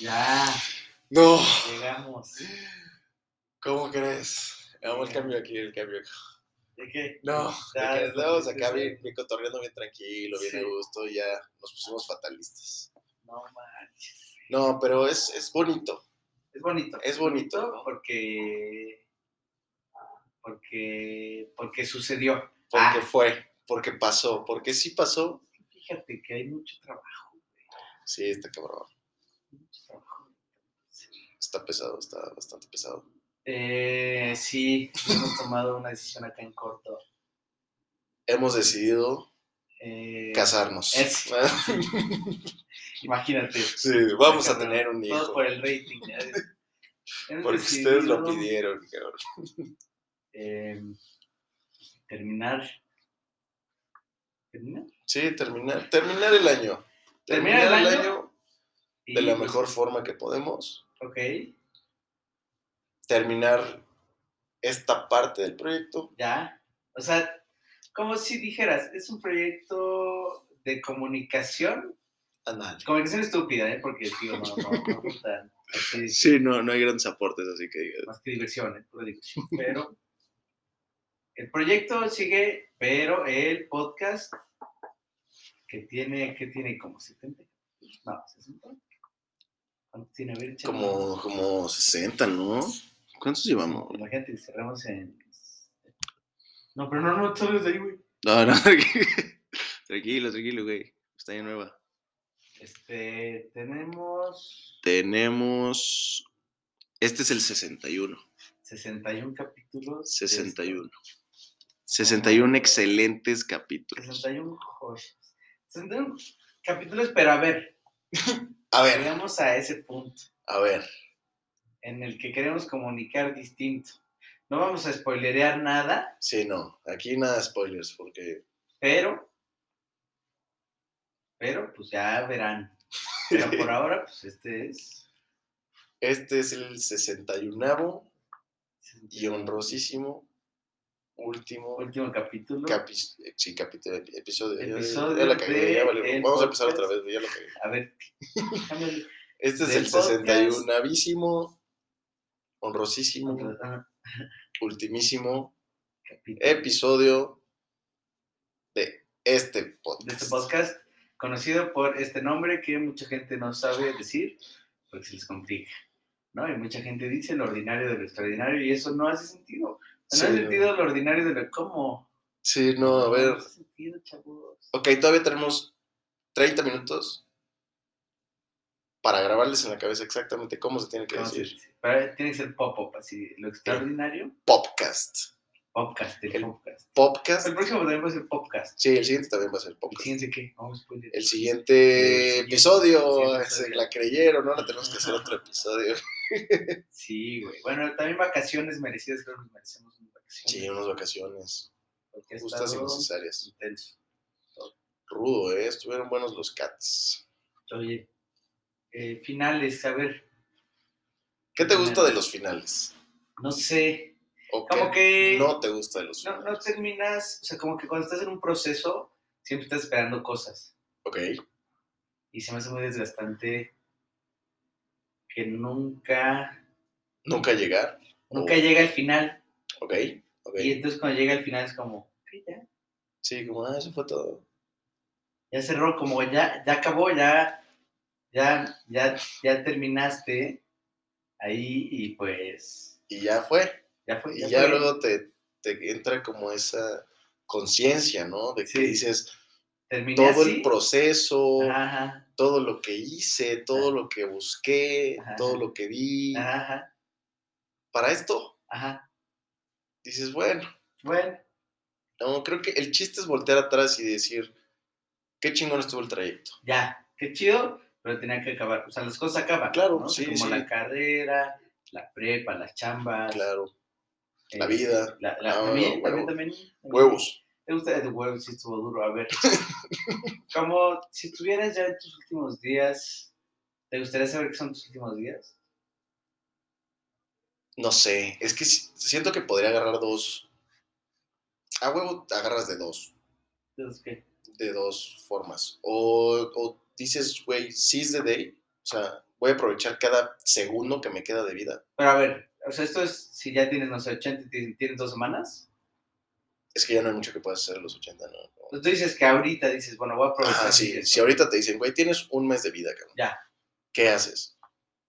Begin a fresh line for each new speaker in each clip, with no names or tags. Ya,
No,
llegamos.
¿cómo crees? Vamos Ah, el cambio aquí, el cambio.
¿De qué?
No,
Ya,
de que estábamos acá
sí.
bien, bien cotorreando, bien tranquilo, bien
Sí.
a gusto, y ya nos pusimos fatalistas.
No manches.
No, pero es, es bonito,
Es bonito.
es bonito. ¿no?
porque. Porque. Porque sucedió.
Porque fue, porque pasó, porque sí pasó.
Fíjate que hay mucho trabajo.
Sí, está cabrón,
Mucho trabajo.
está pesado, está bastante pesado.
Eh, sí, hemos tomado una decisión acá en corto.
Hemos decidido
Eh,
casarnos.
es- Imagínate.
Sí, vamos a
Cabrón,
tener un
Todos
hijo.
por el rating. ya ves. Hemos
Porque ustedes lo
decidido,
pidieron, cabrón.
eh, terminar. ¿Terminar?
Sí, terminar, terminar el año.
¿Terminar el año?
de la
Y-
mejor forma que podemos.
Ok,
terminar esta parte del proyecto.
ya. O sea, como si dijeras, es un proyecto de comunicación.
Anal.
Comunicación estúpida, ¿eh? Porque, digo, no, no, no, no tan así,
Sí, no, no hay grandes aportes, así que diga.
más que diversión, ¿eh? Pura diversión. Pero el proyecto sigue, pero el podcast que tiene, que tiene como 70, no, 60. ¿Cuánto tiene? A ver, échale.
Como, como 60, ¿no? ¿Cuántos llevamos?
Imagínate que cerramos en... No, pero no, no, solo desde ahí, güey.
No, no, tranquilo, tranquilo, güey. Está ya nueva.
Este, tenemos
Tenemos. Este es el 61.
61 capítulos. de
61. 61 excelentes capítulos.
esto. 61 joyas. 61 capítulos, pero a ver,
A ver,
llegamos a ese punto
a ver.
en el que queremos comunicar distinto. No vamos a spoilerear nada,
Sí, no. Aquí nada de spoilers, porque.
pero. Pero, pues ya verán. Pero por ahora, pues este es.
Este es el 61 y honrosísimo último
Último capítulo.
Capi sí, capítulo, epi- episodio. Ya- ya-
Episodio
ya la cagué, ya
de
valió.
el
Vamos a empezar otra
podcast.
vez, ya la cagué.
a ver. cámbiale.
Este es
Del
el 61 honrosísimo,
Ajá,
ultimísimo
capítulo.
episodio de este
de este
podcast.
podcast, conocido por este nombre que mucha gente no sabe decir porque se les complica, ¿no? Y mucha gente dice lo ordinario de lo extraordinario y eso no hace sentido. No
Sí,
hace sentido lo ordinario de lo cómo.
Sí, no, a ver.
hace sentido, chavos.
Ok, todavía tenemos 30 minutos para grabarles en la cabeza exactamente cómo se tiene que
¿Cómo se
decir.
dice? Pero tiene que ser pop-up, así, lo extraordinario,
Podcast.
podcast, el,
El-
podcast.
Podcast.
El próximo también va a ser podcast.
Sí, el siguiente también va a ser
Y
podcast.
fíjense que, vamos pues, a
el siguiente
El siguiente,
episodio,
el siguiente
se
episodio.
la creyeron, ahora tenemos que hacer otro episodio.
Sí, güey. Bueno, también vacaciones merecidas, creo que nos merecemos unas vacaciones.
Sí, unas vacaciones
porque ha
justas y
estado
necesarias.
intenso.
Rudo, ¿eh? Estuvieron buenos los cats.
Oye, eh, finales, a ver,
¿Qué te gusta de los finales?
no sé,
¿O
como
qué
que no,
no te gusta de los
no
finales?
terminas, o sea, como que cuando estás en un proceso, siempre estás esperando cosas.
Ok,
Y se me hace muy desgastante que nunca,
nunca llegar.
nunca
Oh.
llega al final.
Ok, ok.
Y entonces cuando llega al final es como, "Ok, ya,
Sí, como, ah, eso fue todo.
ya cerró, como ya, ya acabó, ya, ya, ya, ya terminaste ahí y pues
Y ya fue.
ya fue.
Y ya
fue.
luego te, te entra como esa conciencia, ¿no? De que
Sí.
dices,
Terminé
todo
así.
el proceso,
Ajá,
todo lo que hice, todo lo que busqué,
Ajá.
todo lo que vi.
ajá, ajá,
Para esto,
ajá.
dices, bueno,
Bueno,
no, creo que el chiste es voltear atrás y decir, qué chingón estuvo el trayecto.
ya, qué chido, pero tenía que acabar. O sea, las cosas acaban.
Claro,
¿no?
sí,
Como
sí.
la carrera, la prepa, las chambas.
Claro,
eh,
la vida.
La, la-
Ah,
también, también,
huevos.
también.
huevos.
Te gusta de huevos, sí estuvo duro. A ver, como si estuvieras ya en tus últimos días, ¿te gustaría saber qué son tus últimos días?
No sé, es que si- siento que podría agarrar dos. A huevo agarras de dos,
Entonces, ¿qué?
de dos formas. O, o dices, güey, seize the day O sea, voy a aprovechar cada segundo que me queda de vida.
Pero a ver, o sea, esto es si ya tienes, no sé, 80 y tienes- tienes dos semanas.
Es que ya no hay mucho que puedas hacer a los 80, ¿no?
Entonces pues tú dices que ahorita dices, bueno, voy a aprovechar.
Ajá, sí.
esto.
Si ahorita te dicen, güey, tienes un mes de vida, cabrón.
Ya.
¿Qué haces?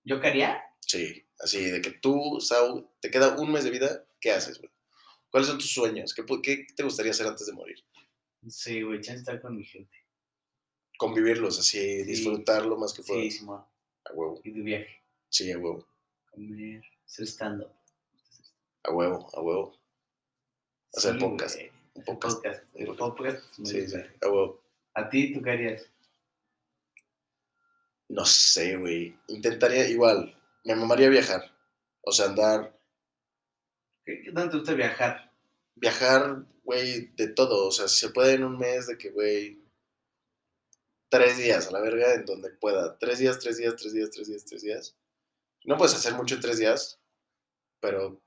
¿Yo qué haría?
Sí. Así, de que tú, Sau, te queda un mes de vida, ¿qué haces, güey? ¿Cuáles son tus sueños? ¿Qué, pu- qué te gustaría hacer antes de morir?
Sí, güey, chance estar con mi gente.
Convivirlos así, disfrutar lo más que puedas.
Sí, Simón.
A huevo.
Y de viaje.
Sí, a huevo.
Comer, ser stand-up.
A huevo, a huevo. Hacer
Sí,
podcast.
güey,
Un
hacer
podcast.
podcast. El
Un
podcast. me
Pues, Sí, sí,
gusta.
a huevo.
¿A ti tú qué harías?
No sé, güey. Intentaría igual. Me mamaría viajar. O sea, andar.
¿Qué, qué tanto te gusta viajar?
Viajar, güey, de todo. O sea, si se puede en un mes, de que, güey. Tres días, a la verga, en donde pueda. Tres días, tres días, tres días, tres días, tres días. No puedes hacer mucho en tres días, pero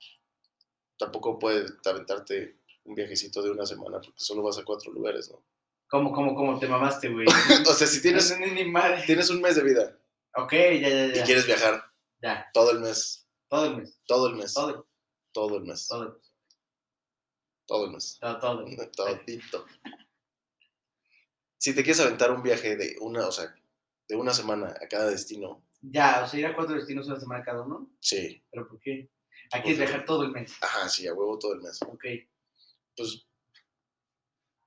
tampoco puedes aventarte un viajecito de una semana porque solo vas a cuatro lugares, ¿no?
¿Cómo, cómo, cómo te mamaste, güey?
O sea, si tienes,
No, no, ni madre.
tienes un mes de vida
Ok, ya, Ah. ya,
y
ya.
quieres viajar
Ya, Oh.
todo el mes,
todo el mes.
todo el mes,
Todo, el-
todo el mes,
todo, el-
todo el mes.
todo, todo. el-
Todito. Si te quieres aventar un viaje de una, o sea, de una semana a cada destino,
Ya, o sea, ir a cuatro destinos una semana cada uno.
sí,
¿Pero por qué? Aquí es
Porque-
viajar todo el mes.
ajá, sí, a huevo todo el mes.
Ok.
Pues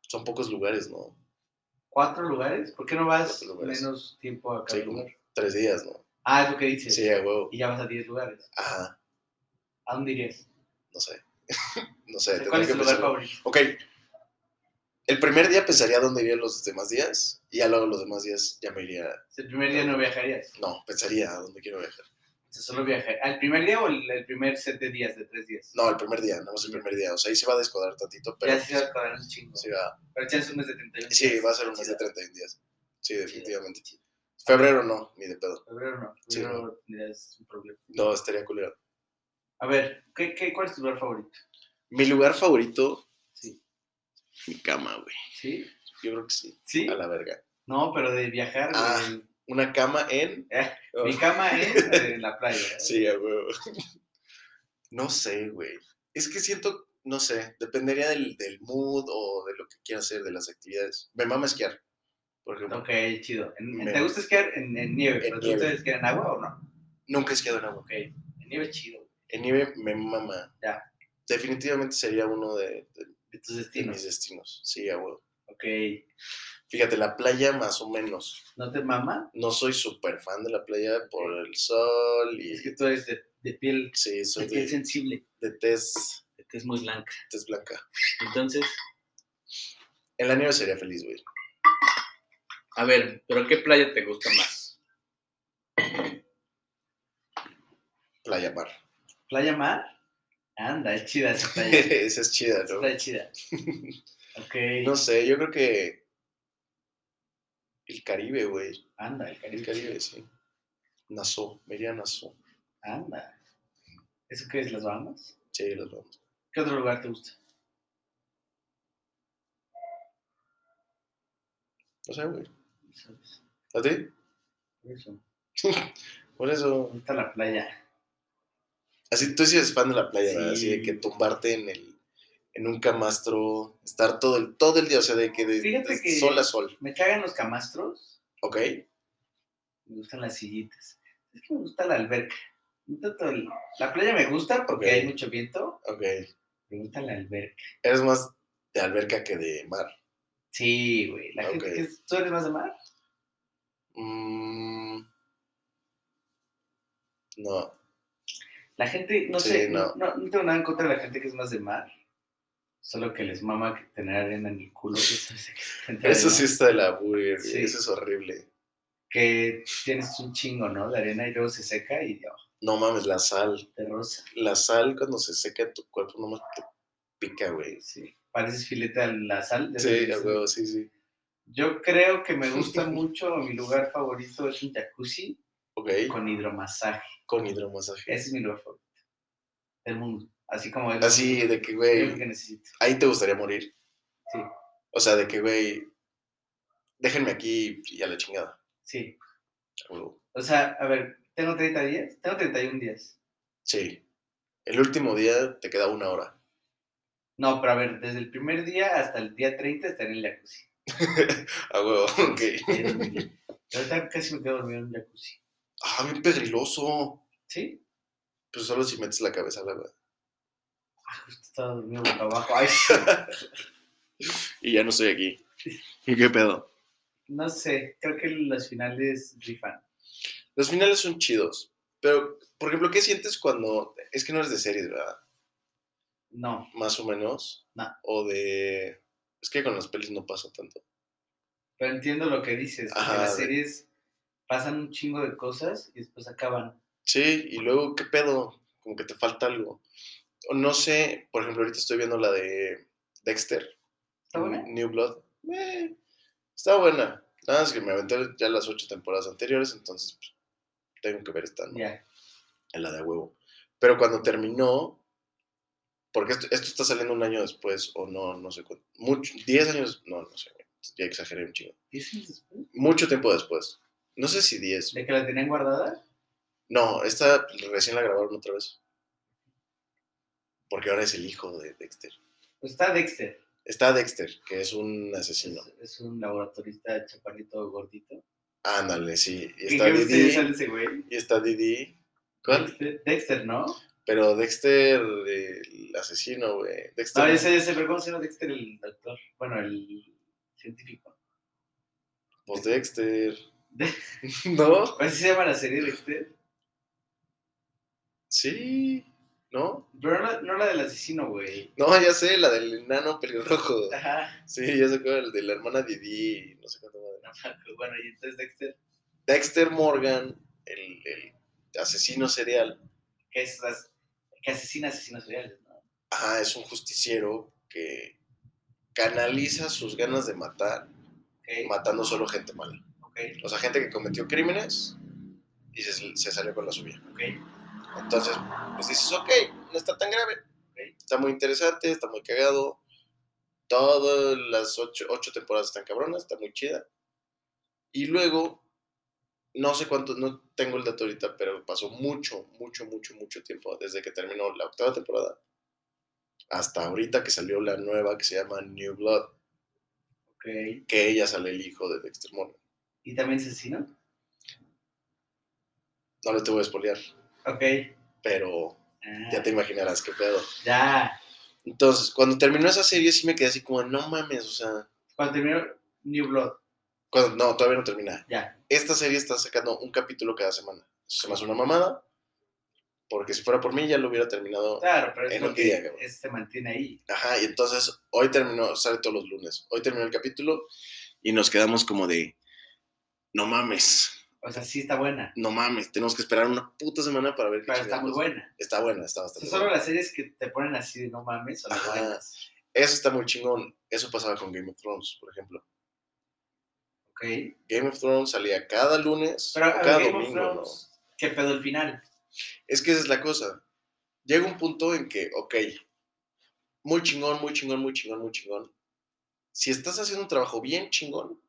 son pocos lugares, ¿no?
¿Cuatro lugares? ¿Por qué no vas
Cuatro lugares.
menos tiempo a cada
Sí, como
lugar?
tres días, ¿no?
Ah, es lo que dices.
Sí, a huevo.
Y ya vas a diez lugares.
Ajá,
¿A dónde irías?
no sé. no sé,
¿Cuál
tendría
es
que
tu lugar
pensarlo.
favorito?
Ok. El primer día pensaría dónde iría los demás días y ya luego los demás días ya me iría.
El primer día no viajarías.
No, pensaría a dónde quiero viajar.
O sea, solo viajar. ¿Al primer día o el, el primer set de días, de tres días?
No, el primer día, nada más el primer día. O sea, ahí se va a descuadrar tantito, pero
ya sí vas a pagar un chingo.
sí va-
Pero chance un mes de 31
Sí,
días.
va a ser un mes
Chido.
de 31 días. Sí, definitivamente. Febrero no, ni de pedo.
Febrero no.
Sí,
Febrero tendrías un problema.
No, estaría culero.
A ver, ¿qué, qué, ¿cuál es tu lugar favorito?
Mi lugar favorito,
Sí.
mi cama, güey.
¿Sí?
Yo creo que sí.
¿Sí?
A la verga.
No, pero de viajar.
Ah.
güey.
Una cama en.
Eh,
Oh,
Mi cama es eh, en la playa. ¿eh?
Sí, a huevo. No sé, güey. Es que siento, no sé, dependería del, del mood o de lo que quiera hacer, de las actividades. Me mama esquiar, por ejemplo.
Ok, chido. ¿En- en-
Me-
¿Te gusta esquiar en, en nieve?
En
¿Pero
nieve.
¿Ustedes quieren agua o no?
Nunca he esquiado en agua.
Ok, en nieve es chido.
En nieve me mama.
Ya.
Definitivamente sería uno de, de- de
De tus destinos.
mis destinos. Sí, a huevo.
Ok,
Fíjate, la playa más o menos.
¿no te mama?
No soy súper fan de la playa por el sol y...
Es que tú eres de, de piel,
Sí, soy
de piel
de,
sensible,
de tez,
de tez muy blanca.
tez blanca.
Entonces,
En la nieve sería feliz, güey.
a ver, ¿pero qué playa te gusta más?
Playa mar.
¿Playa mar? Anda, es chida esa playa. Esa
Esa es chida, ¿no?
playa es chida. Ok,
No sé, yo creo que... El Caribe, güey.
anda, el
El
cariño.
Caribe, sí. Nassau, me iría a Nassau.
Anda. ¿Eso qué es, las Bahamas?
Sí, los vamos.
¿Qué otro lugar te gusta?
No sé, güey.
¿Sabes?
¿A ti?
Por eso.
Por eso...
Me gusta la playa.
Así, tú sí eres fan de la playa, ¿verdad? Así de
Sí.
que tumbarte en el... En un camastro, estar todo el, todo el día, o sea, de que de,
Fíjate
de
que-
sol a sol,
Me cagan los camastros.
¿ok?
Me gustan las sillitas. Es que me gusta la alberca. No tanto el- La playa me gusta porque
Ok.
hay mucho viento.
Ok.
Me gusta la alberca.
Eres más de alberca que de mar.
Sí, güey. La gente
Ok.
que es- ¿Tú eres más de mar?
Mm. No,
La gente, no
Sí,
sé, no.
no.
No, no tengo nada en contra de la gente que es más de mar. Solo que les mama que tener arena en el culo. Eso, es- tener
eso
arena.
sí está de la burger, güey,
Sí.
eso es horrible.
Que tienes un chingo, ¿no? De arena y luego se seca y oh,
No mames, la sal.
te rosa.
La sal cuando se seca en tu cuerpo no más te pica, güey.
Sí. Pareces filete a la sal. ¿ya sabes?
Sí, a huevo, sí, sí.
Yo creo que me gusta mucho, mi lugar favorito es un jacuzzi
Ok,
con hidromasaje.
con hidromasaje.
Ese es mi lugar favorito del mundo. Así como es
Así de que,
lo que
güey,
necesito.
ahí te gustaría morir.
Sí.
O sea, de que, güey, déjenme aquí y a la chingada.
Sí,
a huevo.
O sea, a ver, ¿tengo 30 días? Tengo 31 días.
Sí. El último día te queda una hora.
No, pero a ver, desde el primer día hasta el día 30 estaré en el jacuzzi.
A Ah, huevo, ok.
Es mi día. Ahorita casi me quedo dormido en un jacuzzi.
Ah, bien pedriloso.
¿Sí?
Pues solo si metes la cabeza al agua.
Ah, justo estaba dormido boca abajo. Ay, sí.
Y ya no estoy aquí. ¿Y qué pedo?
no sé, creo que los finales rifan.
Los finales son chidos. Pero, por ejemplo, ¿qué sientes cuando. Es que no eres de series, ¿verdad?
No,
Más o menos.
No.
O de. Es que con las pelis no pasa tanto.
pero entiendo lo que dices. porque
Ajá,
las
de-
series pasan un chingo de cosas y después acaban.
Sí, y luego, ¿qué pedo? Como que te falta algo. O no sé, por ejemplo, ahorita estoy viendo la de Dexter.
¿Está buena?
New Blood. Eh, está buena. Nada más que me aventé ya las ocho temporadas anteriores, entonces pues, tengo que ver esta, ¿no?
Ya.
En la de a huevo. Pero cuando terminó, porque esto, esto está saliendo un año después, o no, no sé cuánto. Mucho, 10 años, no, no sé, güey, ya exageré un chingo.
¿Diez años después?
Mucho tiempo después. No sé si 10.
¿De que la tenían guardada?
No, esta recién la grabaron otra vez. Porque ahora es el hijo de Dexter.
Pues está Dexter.
Está Dexter, que es un
Es,
asesino.
es un laboratorista chaparrito gordito.
Ándale, sí. Y
¿En
está
qué serie
Didi.
sale ese güey?
Y está Didi. ¿Cuál?
Dexter- Dexter, ¿no?
Pero Dexter, eh, el asesino, güey. Dexter.
No, ese, Ah, ese, pero ¿cómo se llama Dexter el doctor? Bueno, el científico.
Pues Dexter.
De-
¿No?
¿Así se llama la serie Dexter?
Sí. ¿No?
Pero no, la- no la del asesino, güey.
No, ya sé, la del enano pelirrojo.
Ajá.
Sí, ya se acuerda, el de la hermana Didi. No sé cuánto madre.
No, Marco, bueno, y entonces Dexter,
Dexter Morgan, el, el asesino serial.
que, es, as- que asesina asesinos reales, ¿no?
Ah, es un justiciero que canaliza sus ganas de matar eh,
Ok,
matando solo gente mala.
ok,
O sea, gente que cometió crímenes y se, se salió con la suya.
ok.
Entonces, pues dices, ok, no está tan grave.
Ok.
Está muy interesante, está muy cagado. Todas las ocho, ocho temporadas están cabronas, está muy chida. Y luego, no sé cuánto, no tengo el dato ahorita, pero pasó mucho, mucho, mucho, mucho tiempo desde que terminó la octava temporada hasta ahorita que salió la nueva que se llama New Blood,
ok.
que ella sale el hijo de Dexter Morgan.
¿Y también es asesino?
No lo te voy a spoilear,
Ok.
pero
Ah,
ya te imaginarás qué pedo.
ya.
Entonces, cuando terminó esa serie sí me quedé así como, no mames, o sea,
Cuando terminó New Blood,
cuando- no, todavía no termina.
ya.
Esta serie está sacando un capítulo cada semana. Eso se me hace una mamada, porque si fuera por mí ya lo hubiera terminado.
Claro, pero es
En un
lo que
día, cabrón.
es- se mantiene ahí.
Ajá, y entonces hoy terminó, sale todos los lunes. Hoy terminó el capítulo y nos quedamos como de, no mames,
O sea, sí está buena,
no mames, tenemos que esperar una puta semana para ver qué
pero está
chingados.
muy buena.
Está buena, está
O sea,
bastante
solo
buena.
las series que te ponen así de no mames son las
Ajá.
buenas.
Eso está muy chingón. Eso pasaba con Game of Thrones, por ejemplo.
Ok.
Game of Thrones salía cada lunes,
Pero
o
a ver,
cada
Game
domingo,
of
¿no?
Thrones, ¿qué pedo el final?
Es que esa es la cosa. Llega un punto en que, ok, muy chingón, muy chingón, muy chingón, muy chingón. Si estás haciendo un trabajo bien chingón,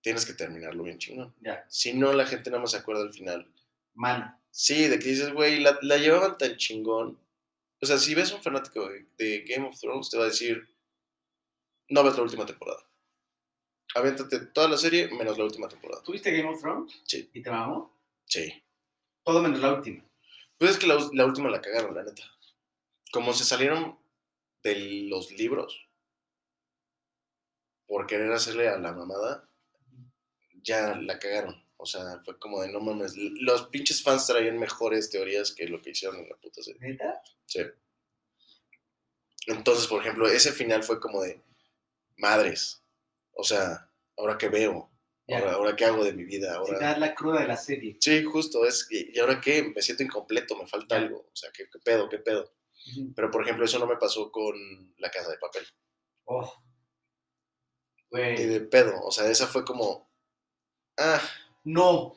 tienes que terminarlo bien chingón.
Ya.
Si no, la gente nada más se acuerda al final.
Mano.
Sí, de que dices, güey, la, la llevaban tan chingón. O sea, si ves un fanático de, de Game of Thrones, te va a decir, no ves la última temporada. Aviéntate toda la serie menos la última temporada.
¿Tuviste Game of Thrones?
Sí.
¿Y te mamó?
Sí.
Todo menos la última.
Pues es que la, us- la última la cagaron, la neta. Como se salieron de los libros por querer hacerle a la mamada, ya la cagaron. O sea, fue como de no mames. l- Los pinches fans traían mejores teorías que lo que hicieron en la puta serie.
¿Neta?
Sí. Entonces, por ejemplo, ese final fue como de madres. O sea, ahora qué veo,
Ya.
ahora, ahora qué hago de mi vida,
Si
ahora.
te das la cruda de la serie.
Sí, justo, es, ¿y y ahora qué? Me siento incompleto, me falta
Ya.
algo, o sea, ¿qué, qué pedo, qué pedo?
Ujú.
Pero, por ejemplo, eso no me pasó con La Casa de Papel,
Oh.
ni
Güey.
de pedo, o sea, esa fue como, ah,
No.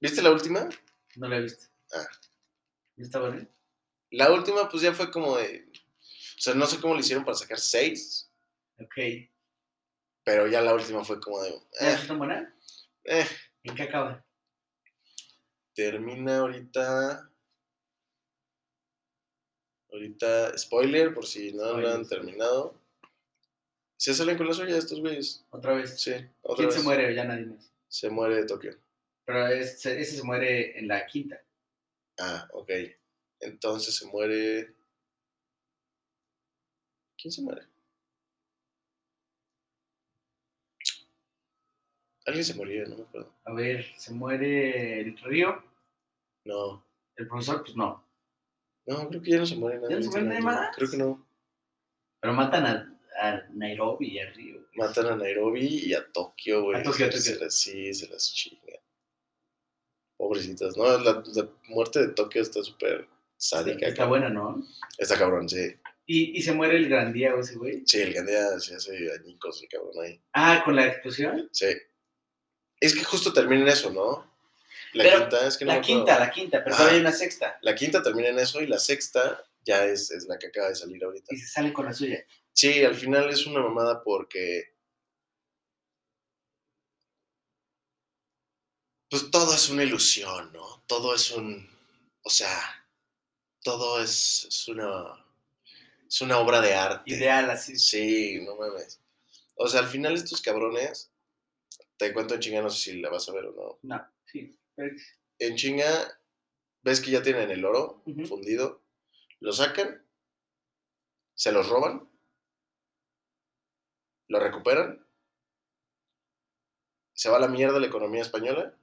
¿viste la última?
No la he visto.
Ah.
¿No está buena?
La última, pues, ya fue como de, o sea, no sé cómo le hicieron para sacar seis,
Ok.
pero ya la última fue como de,
¿No
eh,
está buena?
eh,
¿En qué acaba?
termina ahorita. Ahorita, spoiler, por si no lo han
Spoilers.
terminado. Se salen con la suya estos güeyes.
Otra vez.
Sí, otra
¿Quién
vez.
se muere? Ya nadie más.
Se muere de Tokio.
Pero es- ese se muere en la quinta.
Ah, ok. Entonces se muere. ¿Quién se muere? Alguien se moría, no me acuerdo.
A ver, se muere el río.
No,
El profesor, pues no.
no, creo que ya no se muere nadie.
¿Ya no se muere nadie más?
Creo que no.
Pero matan a, a Nairobi y al río. güey.
Matan a Nairobi y a Tokio, güey.
A Tokio, a
Se
Tokio.
las- sí, se las chingan. Pobrecitas, ¿no? La, la muerte de Tokio está súper sádica.
Está
cabrón.
buena, ¿no?
Está cabrón, sí.
Y, y se muere el Grandía, ese güey.
Sí, el Gandía se hace añicos, el cabrón ahí.
Ah, con la explosión.
Sí. Es que justo termina en eso, ¿no? La
Pero,
quinta, es que no
la
me acuerdo.
quinta, la quinta, pero
Ah.
todavía hay una sexta.
La quinta termina en eso y la sexta ya es, es la que acaba de salir ahorita.
Y se sale con la suya.
Sí, al final es una mamada porque. Pues todo es una ilusión, ¿no? Todo es un. O sea, todo es, es una. Es una obra de arte.
Ideal, así.
Sí, no mames. O sea, al final estos cabrones, te cuento en chinga, no sé si la vas a ver o no.
No, sí. pero-
En chinga, ves que ya tienen el oro
Ujú.
fundido, lo sacan, se los roban, lo recuperan, se va a la mierda la economía española,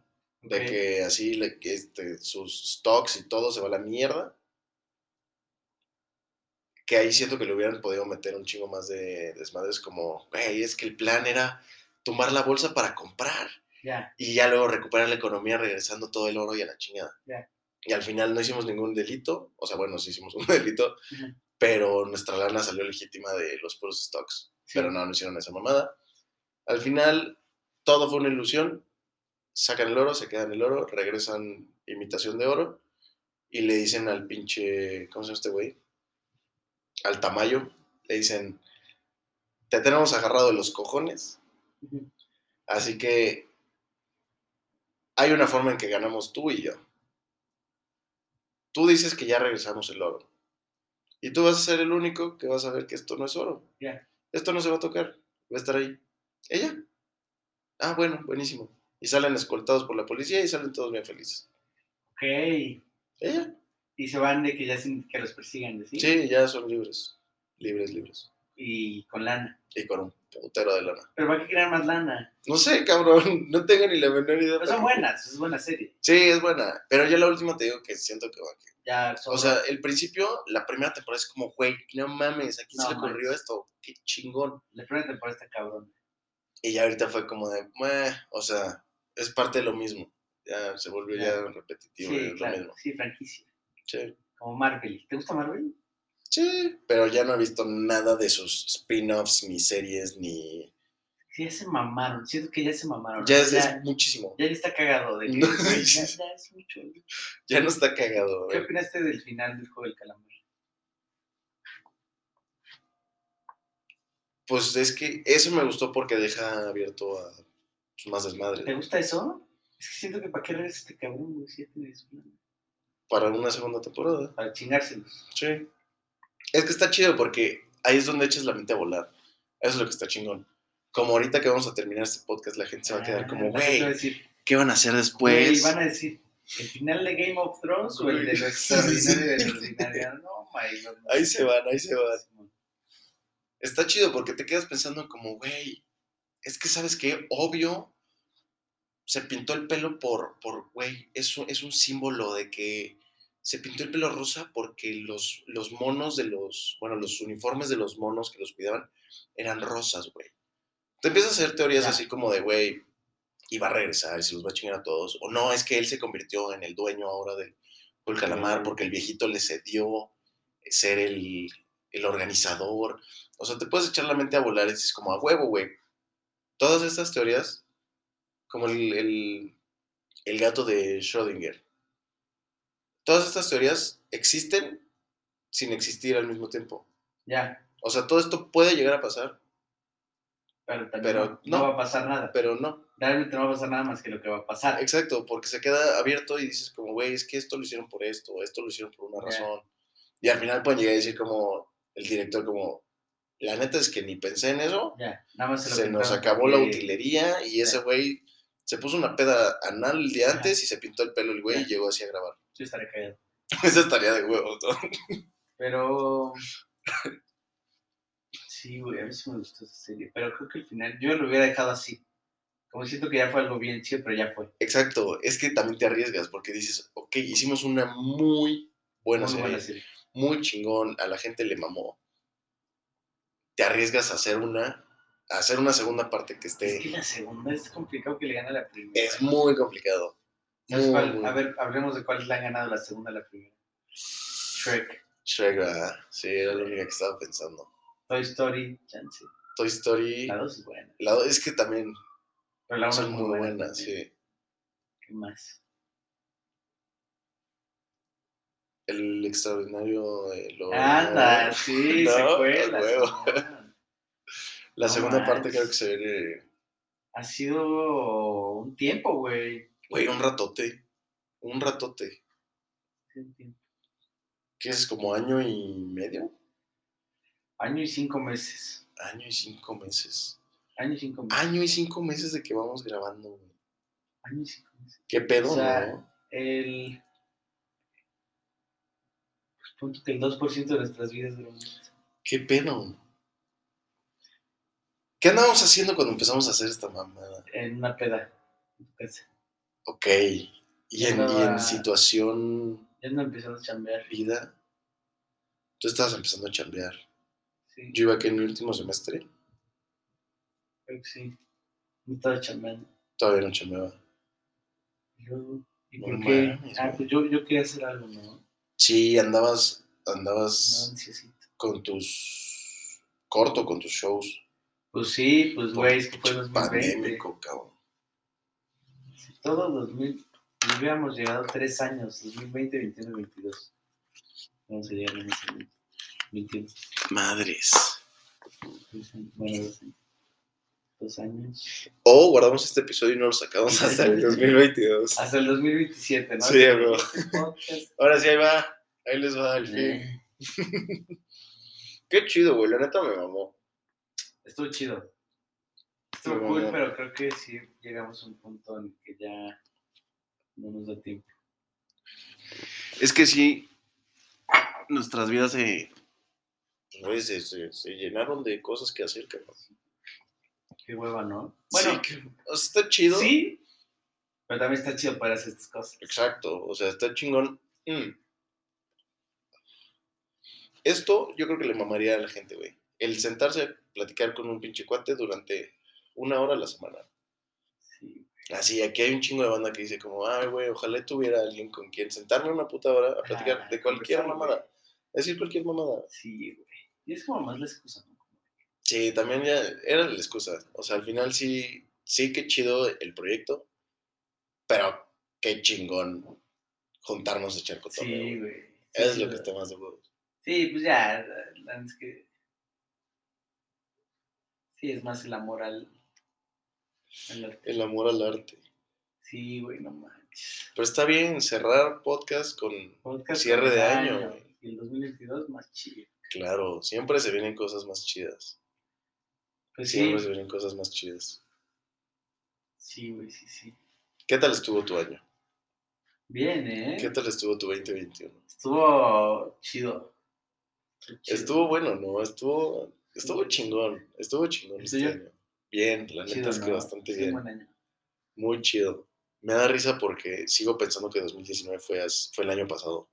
de
ok.
que así le- que este, sus stocks y todo se va a la mierda. Que ahí siento que le hubieran podido meter un chingo más de desmadres como, güey, es que el plan era tumbar la bolsa para comprar
Ya,
y ya luego recuperar la economía regresando todo el oro y a la chingada.
Ya.
Y al final no hicimos ningún delito, o sea, bueno, sí hicimos un delito,
Ujú.
pero nuestra lana salió legítima de los puros stocks.
Sí.
Pero no, no hicieron esa mamada. Al final, todo fue una ilusión. Sacan el oro, se quedan el oro, regresan imitación de oro y le dicen al pinche, ¿cómo se llama este güey? Al Tamayo, le dicen, te tenemos agarrado de los cojones,
Ujú.
así que hay una forma en que ganamos tú y yo. Tú dices que ya regresamos el oro. Y tú vas a ser el único que vas a ver que esto no es oro.
Ya.
Esto no se va a tocar. Va a estar ahí. Ella. Ah, bueno, buenísimo. Y salen escoltados por la policía y salen todos bien felices.
ok.
Ella.
Y se van de que ya sin que los persigan, ¿sí?
Sí, ya son libres. Libres, libres.
Y con lana.
Y con un putero de lana.
Pero va a crear más lana.
No sé, cabrón. No tengo ni la menor idea.
Pero son buenas, es buena serie.
Sí, es buena. Pero yo la última te digo que siento que va a que-
Ya son
O sea, el principio, la primera temporada es como, güey, no mames, ¿a quién se
No
le ocurrió
mames.
esto? Qué chingón.
la primera temporada está cabrón.
Y ya ahorita fue como de, "Meh", o sea, es parte de lo mismo. Ya se volvió ya,
Ya.
repetitivo. es
Sí,
lo
claro,
mismo.
sí, franquicia.
Sí.
Como Marvel. ¿Te gusta Marvel?
Sí, pero ya no he visto nada de sus spin-offs, ni series, ni...
Sí, ya se mamaron. Siento que ya se mamaron.
Ya es, es
ya,
muchísimo.
ya está cagado. De que,
No,
güey, ya,
sí.
ya es mucho.
Ya no está cagado. eh.
¿Qué
güey.
opinaste del final del juego del calamar?
Pues es que eso me gustó porque deja abierto a pues, más desmadre.
¿Te
¿no?
gusta eso? Es que siento que para qué regresa este cabrón, güey, si ya tienes una-
Para una segunda temporada.
Para chingárselos.
Sí. Es que está chido porque ahí es donde echas la mente a volar. Eso es lo que está chingón. Como ahorita que vamos a terminar este podcast, la gente se va a quedar
Ah,
como,
la gente va a
güey,
decir,
¿qué van a hacer
Güey,
después?
van a decir, ¿el final de Game of Thrones o el de lo
Güey, sí, sí, sí.
extraordinario y de lo ordinario? No, my God.
Ahí se van, ahí se van. está chido porque te quedas pensando como, güey, es que sabes que obvio se pintó el pelo por, por güey, es un, es un símbolo de que se pintó el pelo rosa porque los, los monos de los, bueno, los uniformes de los monos que los cuidaban eran rosas, güey. Te empiezas a hacer teorías
Ya.
así como de, güey, y va a regresar y se los va a chingar a todos. O no, es que él se convirtió en el dueño ahora del Juego del calamar porque el viejito le cedió ser el, el organizador. O sea, te puedes echar la mente a volar y dices como a huevo, güey. Todas estas teorías, como el, el, el gato de Schrödinger, todas estas teorías existen sin existir al mismo tiempo.
Ya,
O sea, todo esto puede llegar a pasar
Pero también
Pero
no, no
no.
va a pasar nada.
Pero no, Ah,
Realmente no va a pasar nada más que lo que va a pasar.
exacto, porque se queda abierto y dices como, güey, es que esto lo hicieron por esto, esto lo hicieron por una
Ya.
razón. Y al final pueden llegar a decir como, el director como, la neta es que ni pensé en eso,
Ya, nada más lo
se nos
quitaron
acabó la
porque-
utilería y ese güey se puso una peda anal el día antes y se pintó el pelo el güey y
Ya.
llegó así a grabar.
Yo estaré callado.
Esa estaría de huevos, ¿no?
Pero. Sí, güey, a mí sí me gustó esa serie. Pero creo que al final yo lo hubiera dejado así. Como siento que ya fue algo bien chido, pero ya fue.
Exacto, es que también te arriesgas porque dices, ok, hicimos una muy buena
Muy
serie,
buena serie.
muy chingón, a la gente le mamó. Te arriesgas a hacer una, a hacer una segunda parte que
Es
esté.
que la segunda es complicado que le gane a la primera.
Es muy complicado.
¿Sabes
muy,
cuál?
muy-
A ver, hablemos de cuáles le han ganado la segunda a la primera. Shrek,
Shrek, ¿verdad? sí, era la única que estaba pensando.
Toy Story, Chance.
Toy Story,
La dos es buena.
la do- es que también
Pero la una
son
es
muy
también.
buenas, sí.
¿Qué más?
El extraordinario, eh, lo-
Anda, sí,
No,
secuelas.
huevo.
ajá.
la
no
segunda
más.
parte creo que se viene,
Ha sido un tiempo, güey.
güey, un ratote, un ratote,
Un tiempo.
que es como año y medio.
Año y cinco meses.
Año y cinco meses.
Año y cinco meses.
Año y cinco meses de que vamos grabando, güey.
Año y cinco meses.
Qué pedo,
O sea,
¿no?
El. Pues punto que el 2% de nuestras vidas duró
Qué pedo. ¿Qué andábamos haciendo cuando empezamos a hacer esta mamada?
en una peda. en tu casa.
Ok. Y en, y
Andaba-
en situación
Ya no empezamos a chambear.
vida, tú estabas empezando a chambear.
Sí,
Yo iba que en mi último semestre
creo que sí. No estaba chambeando.
todavía no chambeaba.
Y luego, ¿y
No
por qué?
mames,
Ah,
güey.
pues yo, yo quería hacer algo, ¿no?
Sí, andabas,
No,
andabas
ansiosito.
con tus corto, con tus shows.
Pues sí, pues
Por
güey, es que fue 2020.
Pandémico, cabrón.
Si todos 2000, si hubiéramos llegado tres años, 2020, 21, 22. Vamos a llegar en ese momento. 21,
Madres.
tres años, bueno, dos años. Dos años.
O guardamos este episodio y no lo sacamos hasta el 2022.
Hasta el 2027, ¿no?
Sí, bro.
Podcast.
Ahora sí, ahí va. Ahí les va el fin.
Eh,
Qué chido, güey. La neta me mamó.
Estuvo chido.
Sí,
Estuvo
la
cool,
verdad.
pero creo que sí llegamos a un punto en el que ya no nos da tiempo.
Es que sí, nuestras vidas se... Güey, Pues, se, se- se llenaron de cosas que hacer, cabrón.
Qué hueva, ¿no?
Bueno,
Bueno,
o sea, está chido.
sí, pero también está chido para hacer estas cosas.
Exacto, o sea, está chingón. Mm. Esto yo creo que le mamaría a la gente, güey. El sentarse a platicar con un pinche cuate durante una hora a la semana.
Sí.
Así, aquí hay un chingo de banda que dice como, ay, güey, ojalá tuviera alguien con quien sentarme una puta hora a platicar
Ah,
de cualquier
conversar,
mamada. Decir cualquier mamada.
Sí, güey. Y es como más la excusa, ¿no?
Sí, también ya era la excusa. O sea, al final sí, sí que chido el proyecto, pero qué chingón juntarnos a echar cotorreo, güey.
Sí, güey.
Es
Sí,
lo
güey.
que está más de huevos.
Sí, pues ya, la- es que... Sí, es más el amor al... al arte.
El amor al arte.
Sí, güey, no manches.
Pero está bien cerrar podcast con...
Podcast
Cierre
con
de
el
año, güey.
Y el 2022 más chido.
Claro, siempre se vienen cosas más chidas.
Pues sí,
Siempre se vienen cosas más chidas.
sí, güey, sí, sí.
¿Qué tal estuvo tu año?
Bien, ¿eh?
¿Qué tal estuvo tu 2021?
Estuvo chido. Estuvo chido.
Estuvo bueno, ¿no? Estuvo, estuvo chingón. Estuvo chingón
¿El
este
tuyo?
año. Bien, la neta
Chido,
es que
¿no?
bastante
Sí,
bien.
buen año.
Muy chido. Me da risa porque sigo pensando que 2019 fue, as- fue el año pasado.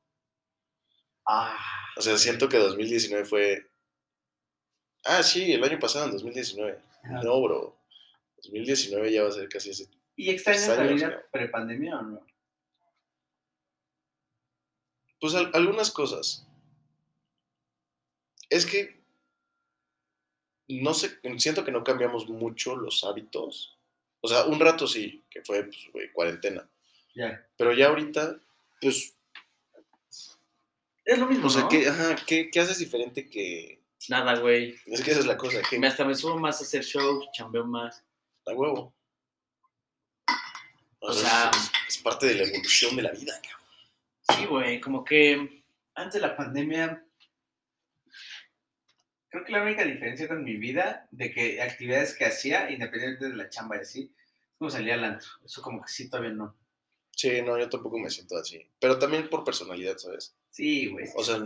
Ah,
O sea, siento que 2019 fue... Ah, sí, el año pasado, en 2019.
Ajá.
No, bro. 2019 ya va a ser casi ese
¿Y extrañas
Tres
la
pues, años,
vida
cabrón.
prepandemia o no?
Pues al- algunas cosas. Es que no sé, siento que no cambiamos mucho los hábitos. O sea, un rato sí, que fue pues, güey, cuarentena.
Ya.
Pero ya ahorita, pues,
Es lo mismo,
o sea,
¿no?
Pues, ¿qué, ajá, qué, qué haces diferente que,
Nada, güey.
Es que esa es la cosa, que
Me- Hasta me subo más a hacer shows, chambeo más.
da huevo. O,
O sea-
sea, es, es parte de la evolución de la vida, cabrón.
Sí, güey, como que.
Antes de la pandemia, creo que la única diferencia con mi vida de que actividades que hacía, independiente de la chamba y así, es como salía al antro. Eso como que sí, todavía no.
Sí, no, yo tampoco me siento así. Pero también por personalidad, ¿sabes?
Sí, güey.
O sea,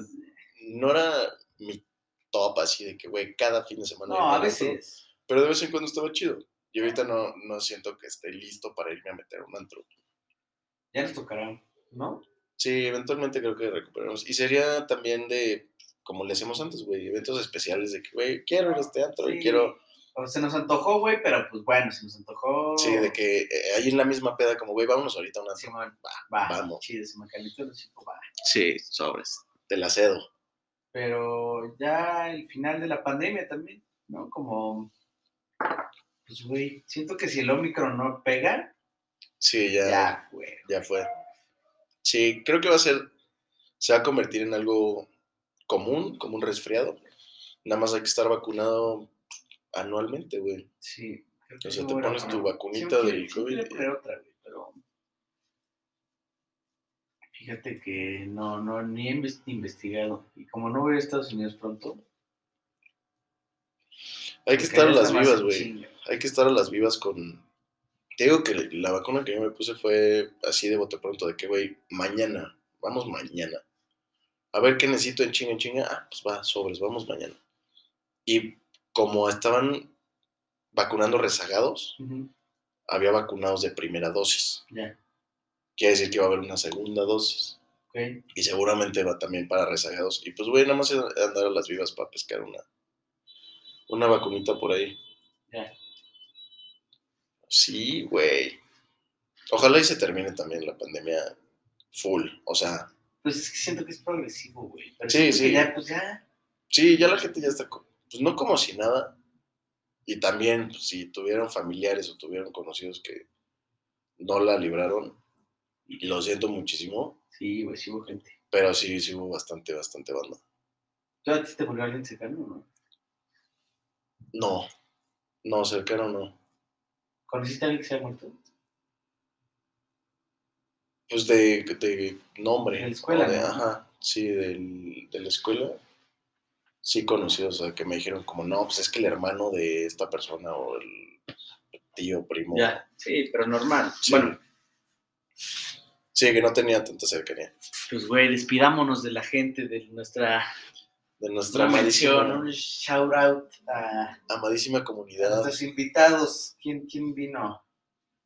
no era mi top así de que, güey, cada fin de semana.
no,
iba
a
al antro,
veces.
Pero de vez en cuando estaba chido. Y ahorita no, no siento que esté listo para irme a meter a un antro.
Ya nos tocarán, ¿no?
Sí, eventualmente creo que recuperamos. Y sería también de, como le hacemos antes, güey, eventos especiales de que, güey, quiero ir a este antro y
Sí.
quiero,
O se nos antojó, güey, pero pues bueno, se nos antojó.
sí, de que eh, ahí en la misma peda, como, güey, vámonos ahorita a un antro.
Simón, va,
vamos.
Chido, Simón Carlito, lo chico, va.
Sí, sobres. Te la cedo.
Pero ya el final de la pandemia también, ¿no? Como, pues, güey, siento que si el Omicron no pega,
Sí,
ya,
ya, ya.
güey.
fue. Sí, creo que va a ser, se va a convertir en algo común, como un resfriado. Nada más hay que estar vacunado anualmente, güey.
Sí. creo que
O
sí
sea,
me
te
voy a
pones tu
vacunar. Sí
vacunita
me
del
quiero- sí me quiero
COVID.
poner otra, güey, pero... Fíjate que no, no, ni he inves- investigado. Y como no voy a Estados Unidos pronto...
Hay que
me
estar a
quedé
las
hasta más
vivas,
en
güey.
chinga.
hay que estar a las vivas con... Te digo que la vacuna que yo me puse fue así de bote pronto, de que, güey, mañana, vamos mañana. A ver qué necesito en chinga, en chinga. Ah, pues va, sobres, vamos mañana. Y como estaban vacunando rezagados,
Ujú,
había vacunados de primera dosis.
Ya,
Quiere decir que va a haber una segunda dosis.
ok.
Y seguramente va también para rezagados. Y pues, güey, nada más andar a las vivas para pescar una, una vacunita por ahí.
Ya.
Sí, güey. Ojalá y se termine también la pandemia full. O sea,
Pues es que siento que es progresivo, güey. Pero
Sí,
siento que
sí.
Ya, pues ya.
sí, ya la gente ya está, co- pues no como si nada. Y también, pues, si tuvieron familiares o tuvieron conocidos que no la libraron, lo siento muchísimo,
Sí, güey, sí hubo gente.
pero sí, sí hubo bastante, bastante banda.
¿Tú a ti te volvió alguien cercano o no?
No, no, cercano no.
¿Conociste a alguien que se ha muerto?
Pues de, de nombre.
De la escuela,
o de-
¿no?
Ajá, sí, del- de la escuela. Sí conocidos, o sea, que me dijeron como, no, pues es que el hermano de esta persona o el tío, primo.
Ya. Sí, pero normal.
Sí.
Bueno,
Sí, que no tenía tanta cercanía.
pues, güey, despidámonos de la gente, de nuestra.
De nuestra
Una mención,
amadísima,
un
Shout out a
amadísima comunidad.
nuestros invitados. ¿Quién, quién vino?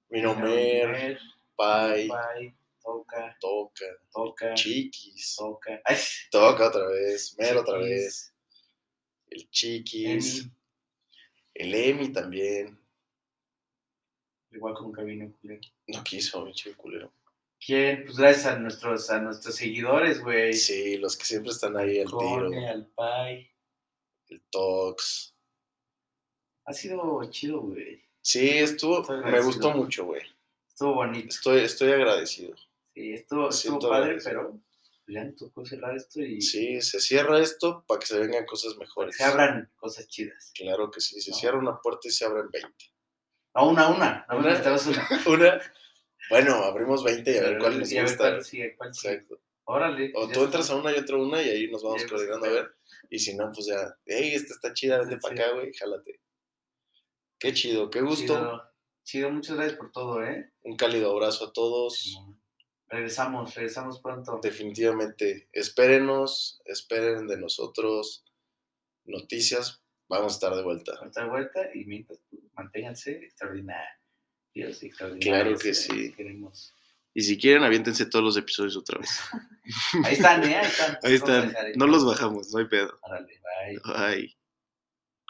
Vino Mer,
Mer,
Pai,
Pai, Toca,
Toca,
Toca,
Chiquis,
Toca. Ay,
Toca otra vez, Mer otra
Chiquis.
vez, el Chiquis,
Emi,
el Emi también.
igual como que vino. culero.
No quiso, pinche culero.
¿Quién? Pues gracias a nuestros, a nuestros seguidores, güey.
Sí, los que siempre están ahí al tiro.
Cone, al Pai.
el Tox.
Ha sido chido, güey.
Sí, estuvo,
Estoy
me gustó
agradecido.
mucho, güey.
Estuvo bonito.
Estoy, estoy agradecido.
Sí, estuvo, estuvo
Siento
padre,
agradecido.
pero pues, ya nos tocó cerrar esto y
Sí, se cierra esto para que se vengan cosas mejores.
se abran cosas chidas.
Claro que sí, se
No.
cierra una puerta y se abren 20.
A una, a una. No
Una.
necesitamos una.
Una, bueno, abrimos 20 y a ver cuál nos
Y a ver
gusta.
cuál sigue, cuál sigue.
Exacto.
Órale.
O
ya está.
tú entras a una y otro a una y ahí nos vamos
Ya, pues,
coordinando a ver. Y si no, pues ya, hey, esta está chida, vente
Sí.
para acá, güey, jálate. Qué chido, qué gusto.
Chido. Chido, muchas gracias por todo, ¿eh?
Un cálido abrazo a todos.
Regresamos, regresamos pronto.
definitivamente. Espérenos, esperen de nosotros noticias. Vamos a estar de vuelta.
Otra vuelta y mientras pues, manténganse extraordinarios, extraordinarios.
Claro que
¿eh?
sí.
Queremos.
Y si quieren, aviéntense todos los episodios otra vez.
Ahí están, ¿eh? Ahí están.
Ahí
Vamos a
están.
dejar ahí.
No los bajamos, no hay pedo.
Órale, bye.
Ay.